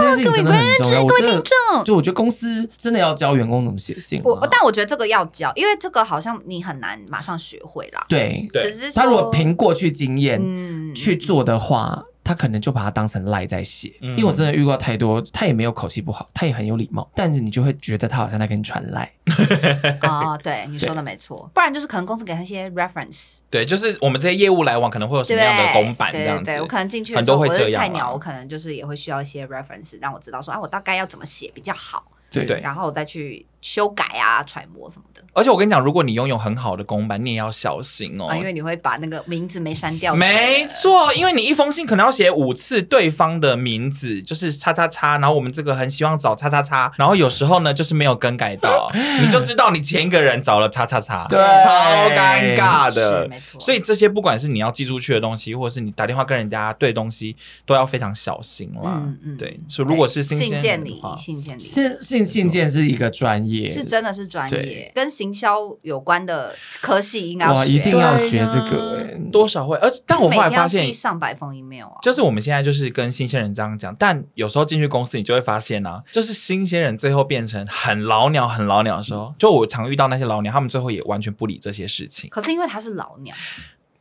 这件事各情位真的很重要。要，我各位真听的众。就我觉得公司真的要教员工怎么写信啊、我但我觉得这个要教，因为这个好像你很难马上学会啦。对对只是他如说果凭过去经验、嗯去做的话，他可能就把它当成赖在写。因嗯为我真的遇过太多，他也没有口气不好，他也很有礼貌，但是你就会觉得他好像在跟你传赖。 哦，对，你说的没错，不然就是可能公司给他一些 reference，对，就是我们这些业务来往可能会有什对么不样的对？公版这对样对子，对，我可能进去的很时候，多会我这是样菜鸟，啊我可能就是也会需要一些 reference，让我知道说，啊，我大概要怎么写比较好，对对然后我再去修改啊、揣摩什么的而且我跟你讲，如果你拥有很好的公版，你也要小心哦，啊，因为你会把那个名字没删掉之类的，没错，因为你一封信可能要写五次对方的名字，就是叉叉叉，然后我们这个很希望找叉叉叉，然后有时候呢就是没有更 改到，你就知道你前一个人找了叉叉叉，对超尴尬是的。没错，所以这些不管是你要寄出去的东西，或者是你打电话跟人家对东西，都要非常小心啦。嗯嗯对，所以如果是新鲜信人件的礼话仪、信件礼仪。信信信件是一个专业，是真的是专业对，跟行销有关的科系应该要哇学，一定因为要对学呀这个啊欸多少会，而但我每后来天要发现寄上百封 email 啊，就是我们现在就是跟新鲜人这样讲，但有时候进去公司，你就会发现啊，就是新鲜人最后变成很老鸟、很老鸟的时嗯候，就我常遇到那些老鸟，他们最后也完全不理这些事情。可是因为他是老鸟，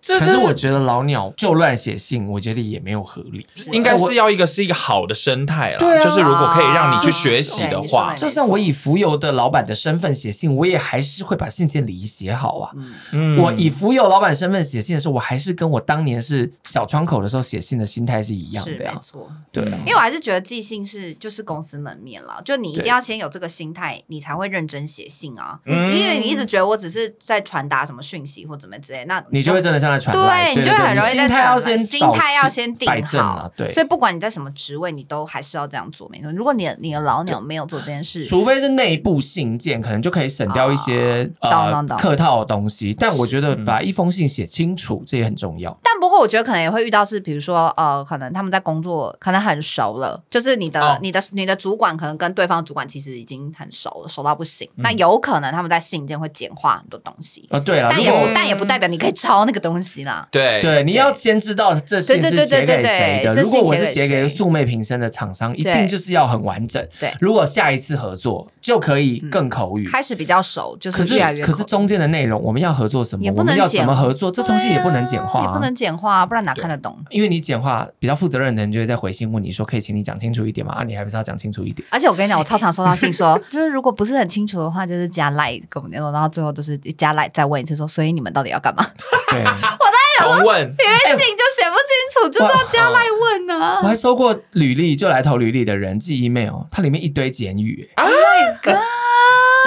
这可是是我觉得老鸟就乱写信，我觉得也没有合理。应该是要一个是一个好的生态啦，对啊啊就是如果可以让你去学习的话对，就算我以浮游的老板的身份写信，我也还是会把信件礼仪写好啊。嗯，嗯我以浮游老板身份写信的时候，我还是跟我当年是小窗口的时候写信的心态是一样是的没呀。错。对啊因，为我还是觉得寄信是就是公司门面啦，就你一定对要先有这个心态，你才会认真写信啊。嗯因为你一直觉得我只是在传达什么讯息或怎么之类，那你就会真的像在传来，对，你就会很容易你在心态要传先来心态要先定摆正好啊，。对所。以不管你在什么职位，你都还是要这样做，没错。如果你的你的老鸟没有做这件事，除非是内部信件，可能就可以省掉一些、啊呃懂懂懂客套的东西。但我觉得把一封信写清楚，这也很重要。但不过我觉得可能也会遇到是，比如说呃，可能他们在工作可能很熟了，就是你的、哦你的你的主管可能跟对方主管其实已经很熟了，熟到不行。嗯那有可能他们在信件会简化很多东西，哦，对了，嗯但如也果不我但也不代表你可以抄那个东西啦。对对，你要先知道这信对对是对写对对给谁对的。这如果信我写是给写给谁素昧平生的厂商，一定就是要很完整。对如果下一次合作就可以更口语。嗯开始比较熟，就可越来是越可是口中间的内容，我们要合作什么也，不我们能要简怎么合作，这东西也不能简对化啊也不啊。能简化、啊，不然哪看得懂？因为你简化，比较负责任的人就会再回信问你说，可以请你讲清楚一点吗？啊，你还不是要讲清楚一点。而且我跟你 讲，我超常收到信说，就是如果不是很清楚的话，就是加 line 跟我们联络，然后最后都是加 line 再问一次说，所以你们到底要干嘛？对，重问，因为信就写不清楚，就是要加 line 问呢、啊 我。还收过履历就来投履历的人寄 email，它里面一堆简语，啊欸 My God！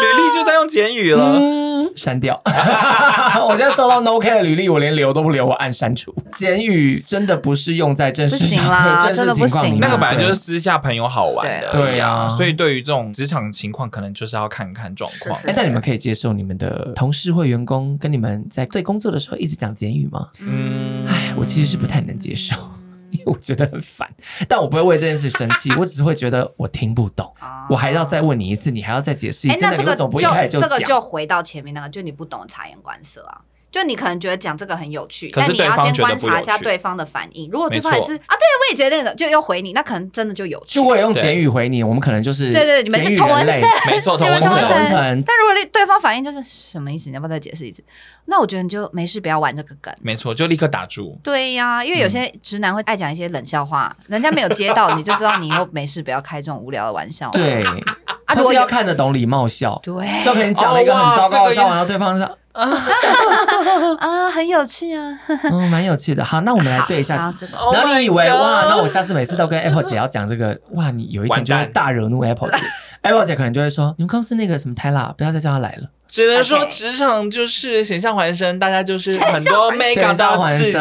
履历就在用简语了。嗯，删 掉。 我现在收到 No K 的履历，我连留都不留，我按删除。简语真的不是用在正式不行上啦 正真式的不情况里行面，啦那个本来就是私下朋友好玩的，对对啊所以对于这种职场情况，可能就是要看看状况。是哎，那你们可以接受你们的同事或员工跟你们在对工作的时候一直讲简语吗？嗯哎，我其实是不太能接受， 因为我觉得很烦。但我不会为这件事生气，我只是会觉得我听不懂，我还要再问你一次，你还要再解释一哎、次，那这你个为什么不一开始这个讲？就回到前面那个，就你不懂察言观色啊。就你可能觉得讲这个很有趣，可是但你要对方先觉得观不察一有下趣对方的反应。如果对没方也错是啊，对我也觉得那个，就又回你，那可能真的就有趣就。我也用对简语回你，我们可能就是对对，你们简是语同文人类层，没错你们同文同文层同文层但如果对方反应就是什么意思，你要不要再解释一次？那我觉得你就没事，不要玩这个梗。没错，就立刻打住。对呀、因嗯为有些直男会爱讲一些冷笑话，人家没有接到，你就知道你又没事，不要开这种无聊的玩笑。对，啊，如或果是有要看得懂礼貌笑，对，就可能讲了一个很糟糕哦哇这个的笑话，然后对方 说啊，很有趣啊。嗯蛮有趣的。好，那我们来对一下好，。这个 Oh 然后 my 你以为 God 哇，那我下次每次都跟 Apple 姐要讲这个哇，你有一天完就蛋会大惹怒 Apple 姐，Apple 姐可能就会说你们公司那个什么 Tyla 不要再叫她来了。只能说 OK 职场就是险象环生，大家就是险象很多环 make 生 up 都要自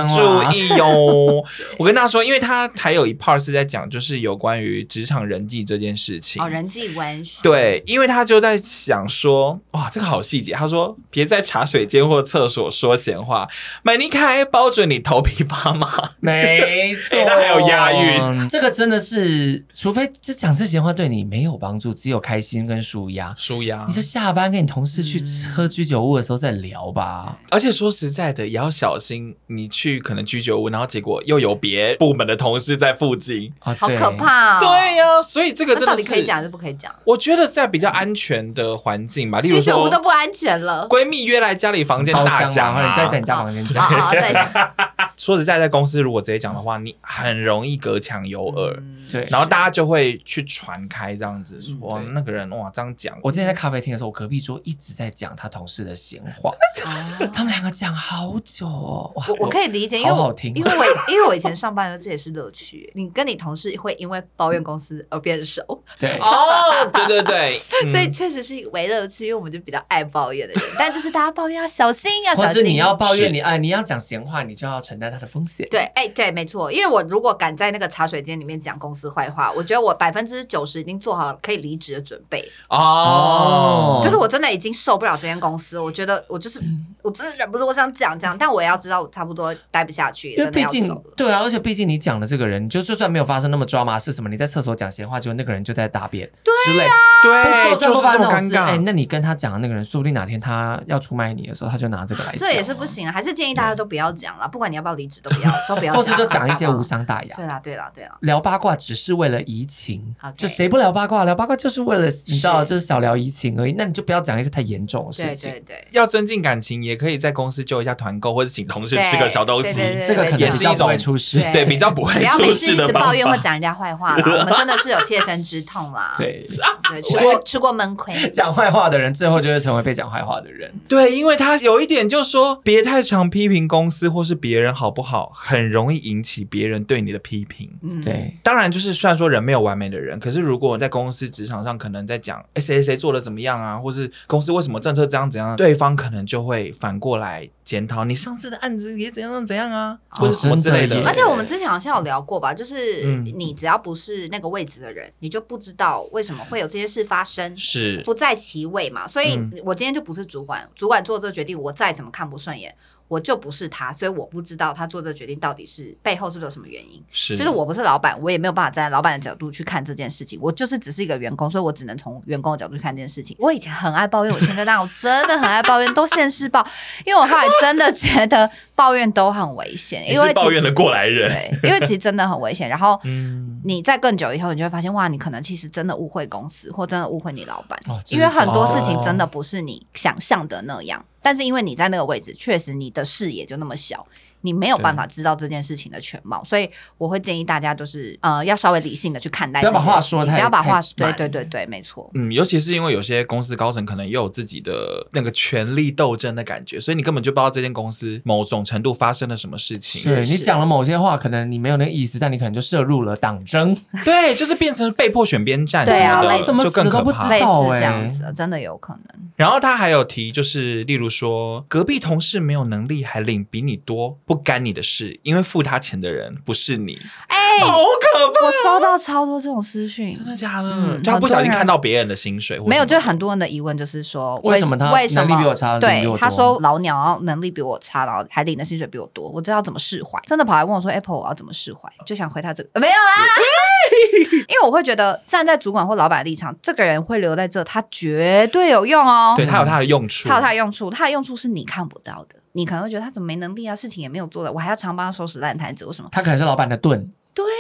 注意哟。我跟大家说，因为他还有一 part 是在讲，就是有关于职场人际这件事情。哦，人际文学，对，因为他就在想说，哇，这个好细节。他说，别在茶水间或厕所说闲话，买尼开包准你头皮发麻。没错哎那还有押韵，这个真的是，除非这讲这些话对你没有帮助，只有开心跟舒压，舒压你就下班跟你同事去嗯喝居酒屋的时候再聊吧。而且说实在的，也要小心，你去可能居酒屋，然后结果又有别部门的同事在附近。啊，好对可。怕哦。对呀、所以这个那真到的底是可以讲还是不可以讲？我觉得在比较安全的环境吧，例如居酒说屋都不安全 了。闺蜜约来家里房间包大厢讲嘛，或者啊。你再等人家房间好讲。好，再 讲。说实在，在公司如果直接讲的话，你很容易隔墙有耳，嗯对，然后大家就会去传开这样子嗯说对那个人哇这样讲。 我之前在咖啡厅的时候，我隔壁桌一直在讲他同事的闲话， 哦 他们两个讲好久哦。哇我我可以理解，因为好好我听因为我因为我以前上班的时候这也是乐趣。你跟你同事会因为抱怨公司而变熟，对， 哦，对对对， 嗯所以确实是为乐趣，因为我们就比较爱抱怨的人。但就是大家抱怨要小心，要或小是心。你要抱是怨你哎，你要讲闲话，你就要承担他的风险。对，哎、对，没错，因为我如果敢在那个茶水间里面讲公司坏话，我觉得我百分之九十已经做好可以离职的准备，哦哦，嗯就是我真的已经受不了这间公司，我觉得我就是我真的忍不住，我想讲讲，但我也要知道我差不多待不下去，因为真的毕要竟走了。对啊，而且毕竟你讲的这个人，就就算没有发生那么抓马是什么，你在厕所讲闲话，结果那个人就在大便啊之类，对，就就算不是发生这么那种尴事，哎，尬。那你跟他讲的那个人，说不定哪天他要出卖你的时候，他就拿这个来讲，这也是不，行啊，还是建议大家都不要讲了，不管你要不要离职，都不要，都不要 或讲，是就讲一些无。伤大雅。对啦，对啦，对啦，聊八卦只是为了怡情 OK 就谁不聊八卦？聊八卦就是为了你知道，是就是小聊怡情而已。那你就不要讲一些太严重的事对情。对对，要增进感情，也可以在公司揪一下团购，或者请同事吃个小东对西。对对这个可能也是比较一种不会出事。对对，比较不会不要没出事事一哎的直方法抱怨或讲人家坏话啦，我们真的是有切身之痛 啦。对，对，吃过吃过闷亏。讲坏话的人最后就会成为被讲坏话的人。对，因为他有一点就说，别太常批评公司或是别人好不好，很容易引起别人对你的批评。嗯，对，当然，就是虽然说人没有完美的人，可是如果在公司职场上，可能在讲哎谁谁谁做的怎么样啊，或是公司为什么政策这样怎样，对方可能就会反过来检讨你上次的案子也怎样怎样啊，哦或者什么之类的真的。耶而且我们之前好像有聊过吧，就是嗯你只要不是那个位置的人，你就不知道为什么会有这些事发生，是不在其位嘛。所以嗯我今天就不是主管，主管做这个决定，我再怎么看不顺眼，我就不是他，所以我不知道他做这个决定到底是背后是不是有什么原因。是，就是我不是老板，我也没有办法站在老板的角度去看这件事情，我就是只是一个员工，所以我只能从员工的角度去看这件事情。我以前很爱抱怨，我现在那我真的很爱抱怨，都现世报，因为我后来真的觉得抱怨都很危险，你因为是其抱实怨的过来人。对，因为其实真的很危险。然后嗯，你在更久以后，你就会发现，哇，你可能其实真的误会公司，或真的误会你老板，哦因为很多事情哦真的不是你想象的那样。但是因为你在那个位置，确实你的视野就那么小，你没有办法知道这件事情的全貌。所以我会建议大家，就是呃，要稍微理性的去看待不这要件把事情，话说太不要把话太对满对对对，没错。嗯，尤其是因为有些公司高层可能也有自己的那个权力斗争的感觉，所以你根本就不知道这间公司某种程度发生了什么事情。对是你讲了某些话，可能你没有那个意思，但你可能就涉入了党争。对，就是变成被迫选边站，对啊什类似么的就更可怎么死怕都不知道类似这欸样子，真的有可能。然后他还有提，就是例如说，隔壁同事没有能力还领比你多，不干你的事，因为付他钱的人不是你，哎、好可怕！我收到超多这种私讯，真的假的？嗯就他不小很心多人看到别人的薪水或什么，没有，就很多人的疑问就是说，为什么他为什么能力比我差能力对比我，多他说老鸟能力比我差，然后还领的薪水比我多，我这要怎么释怀？真的跑来问我说，Apple 我要怎么释怀？就想回他这个、呃没有啦， 因为我会觉得站在主管或老板的立场，这个人会留在这，他绝对有用哦。对他有他的用处，他有他的用处，他的用处是你看不到的。你可能会觉得他怎么没能力啊，事情也没有做的，我还要常帮他收拾烂摊子，为什么？ 他可能是老板的盾，对呀、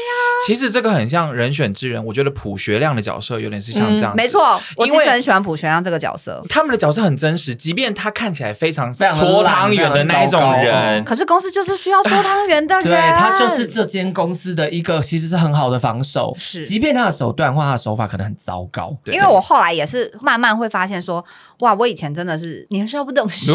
其实这个很像《人选之人》，我觉得朴学亮的角色有点是像这嗯样、没，错，我因其实为很喜欢朴玄亮这个角色，他们的角色很真实，即便他看起来非常非常的搓烂汤圆的那一种非常的糟人糕，可是公司就是需要做汤圆的人，对他就是这间公司的一个其实是很好的防守，是即便他的手段或他的手法可能很糟糕，对因为我后来也是慢慢会发现说，哇，我以前真的是年少不懂 事，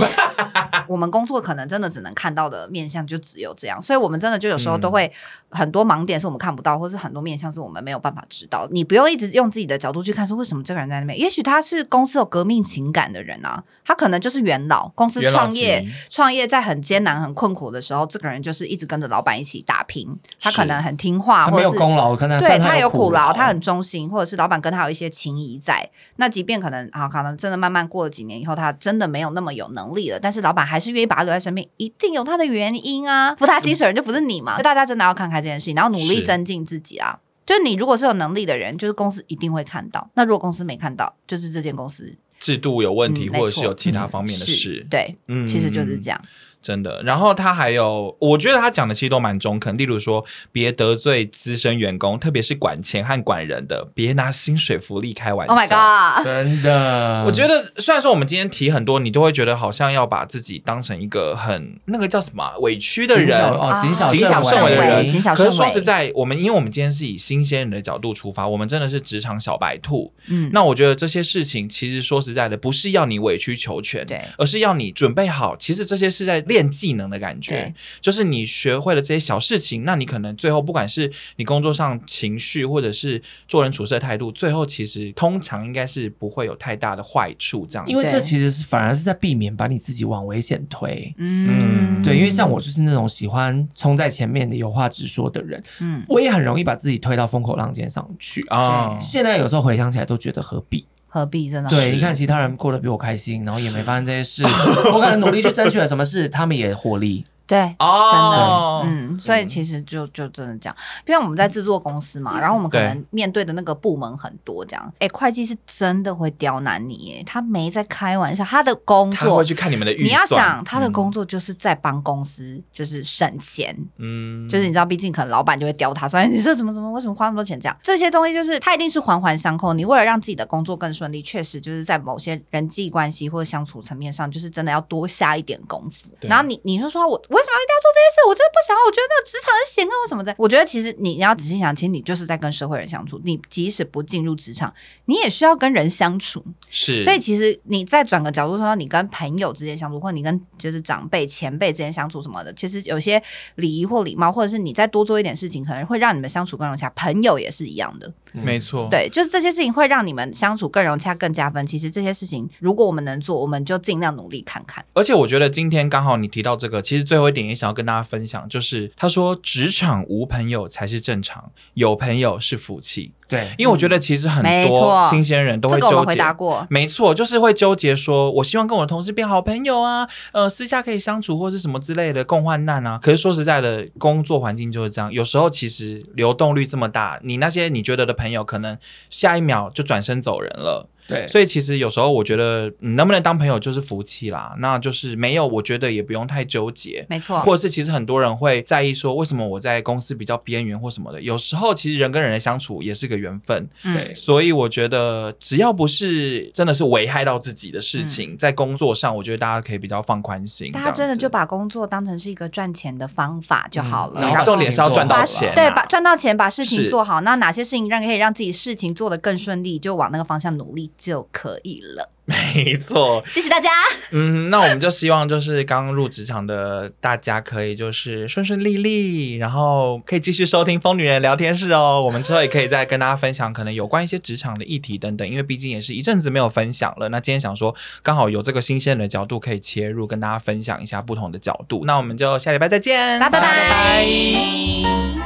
我们工作可能真的只能看到的面相就只有这样，所以我们真的就有时候嗯都会很多盲点是我们看不到，或是很多面相是我们没有办法知道。你不用一直用自己的角度去看，说为什么这个人在那边？也许他是公司有革命情感的人啊，他可能就是元老，公司元老创级业创业在很艰难、很困苦的时候，这个人就是一直跟着老板一起打拼，他是可能很听话，他啊或没者有是功劳，我看他对但他他有苦苦哦劳，他很忠心，或者是老板跟他有一些情谊在。那即便可能啊，可能真的慢慢过了几年以后，他真的没有那么有能力了，但是老板还是愿意把他留在身边，一定有他的原因啊。付他薪水的人就不是你嘛，就大家真的要看开这件事情，然后努力嗯是增进自己啊。就是你如果是有能力的人，就是公司一定会看到。那如果公司没看到，就是这间公司制度有问题，嗯没或者是错有其他方面的事。对，嗯其实就是这样，样。真的。然后他还有，我觉得他讲的其实都蛮中肯，例如说，别得罪资深员工，特别是管钱和管人的，别拿薪水福利开玩笑。 Oh my god！ 真的，我觉得虽然说我们今天提很多，你都会觉得好像要把自己当成一个很那个叫什么啊委屈的谨小人。哦，啊谨小谨小慎慎微的人谨小慎微。可是说实，在，我们因为我们今天是以新鲜人的角度出发，我们真的是职场小白兔。嗯，那我觉得这些事情其实说实在的，不是要你委曲求全，对而是要你准备好。其实这些是在练技能的感觉对，就是你学会了这些小事情，那你可能最后不管是你工作上情绪，或者是做人处事的态度，最后其实通常应该是不会有太大的坏处。这样子，因为这对其实是反而是在避免把你自己往危险推。嗯，对，因为像我就是那种喜欢冲在前面的、有话直说的人，嗯，我也很容易把自己推到风口浪尖上哦去。啊、现在有时候回想起来都觉得何必？何必真的？对，你看其他人过得比我开心，然后也没发生这些 事，我可能努力去争取了什么事，他们也获利。对，哦，嗯，所以嗯其实就就真的这样，因为我们在制作公司嘛，然后我们可对能面对的那个部门很多，这样，哎，会计是真的会刁难你，耶，他没在开玩笑，他的工他会作去，看你们的预算。嗯你要想他的工作，作就是在帮公司就是省钱，嗯就是你知道，毕竟可能老板就会刁他，说哎你这怎么怎么，为什么花那么多钱这样？这些东西就是它一定是环环相扣。你为了让自己的工作更顺利，确实就是在某些人际关系或者相处层面上，就是真的要多下一点功夫。对然后你你就说我为什么一定要做这些事？我真的不想要，我觉得那个职场很险恶什么的。我觉得其实你你要仔细想，其实你就是在跟社会人相处。你即使不进入职场，你也需要跟人相处。是，所以其实你再转个角度说，你跟朋友之间相处，或你跟就是长辈、前辈之间相处什么的，其实有些礼仪或礼貌，或者是你再多做一点事情，可能会让你们相处更融洽。朋友也是一样的，嗯没错，，对，就是这些事情会让你们相处更融洽、更加分。其实这些事情，如果我们能做，我们就尽量努力看看。而且我觉得今天刚好你提到这个，其实最后一点也想要跟大家分享，就是他说职场无朋友才是正常，有朋友是福气。对，因为我觉得其实很嗯没多错新鲜人都会这个我们纠回结。答过，没错，就是会纠结说，我希望跟我的同事变好朋友啊，呃，私下可以相处或是什么之类的，共患难啊。可是说实在的，工作环境就是这样，有时候其实流动率这么大，你那些你觉得的朋友，可能下一秒就转身走人了。对，所以其实有时候我觉得，嗯，能不能当朋友就是福气啦，那就是没有，我觉得也不用太纠结。没错，或者是其实很多人会在意说，为什么我在公司比较边缘或什么的？有时候其实人跟人的相处也是个缘分，对嗯，所以我觉得只要不是真的是危害到自己的事情，在工作上，我觉得大家可以比较放宽心。嗯大这家样子真的就把工作当成是一个赚钱的方法就好了。嗯然后然后重点是要赚到把钱啊、对把赚到钱，把事情是做好。那哪些事情让可以让自己事情做得更顺利，就往那个方向努力就可以了。 没错。谢谢大家，嗯，那我们就希望就是刚入职场的大家可以就是顺顺利利，然后可以继续收听疯女人聊天室哦。我们之后也可以再跟大家分享可能有关一些职场的议题等等，因为毕竟也是一阵子没有分享了。那今天想说刚好有这个新鲜的角度可以切入，跟大家分享一下不同的角度。那我们就下礼拜再见，大家拜拜拜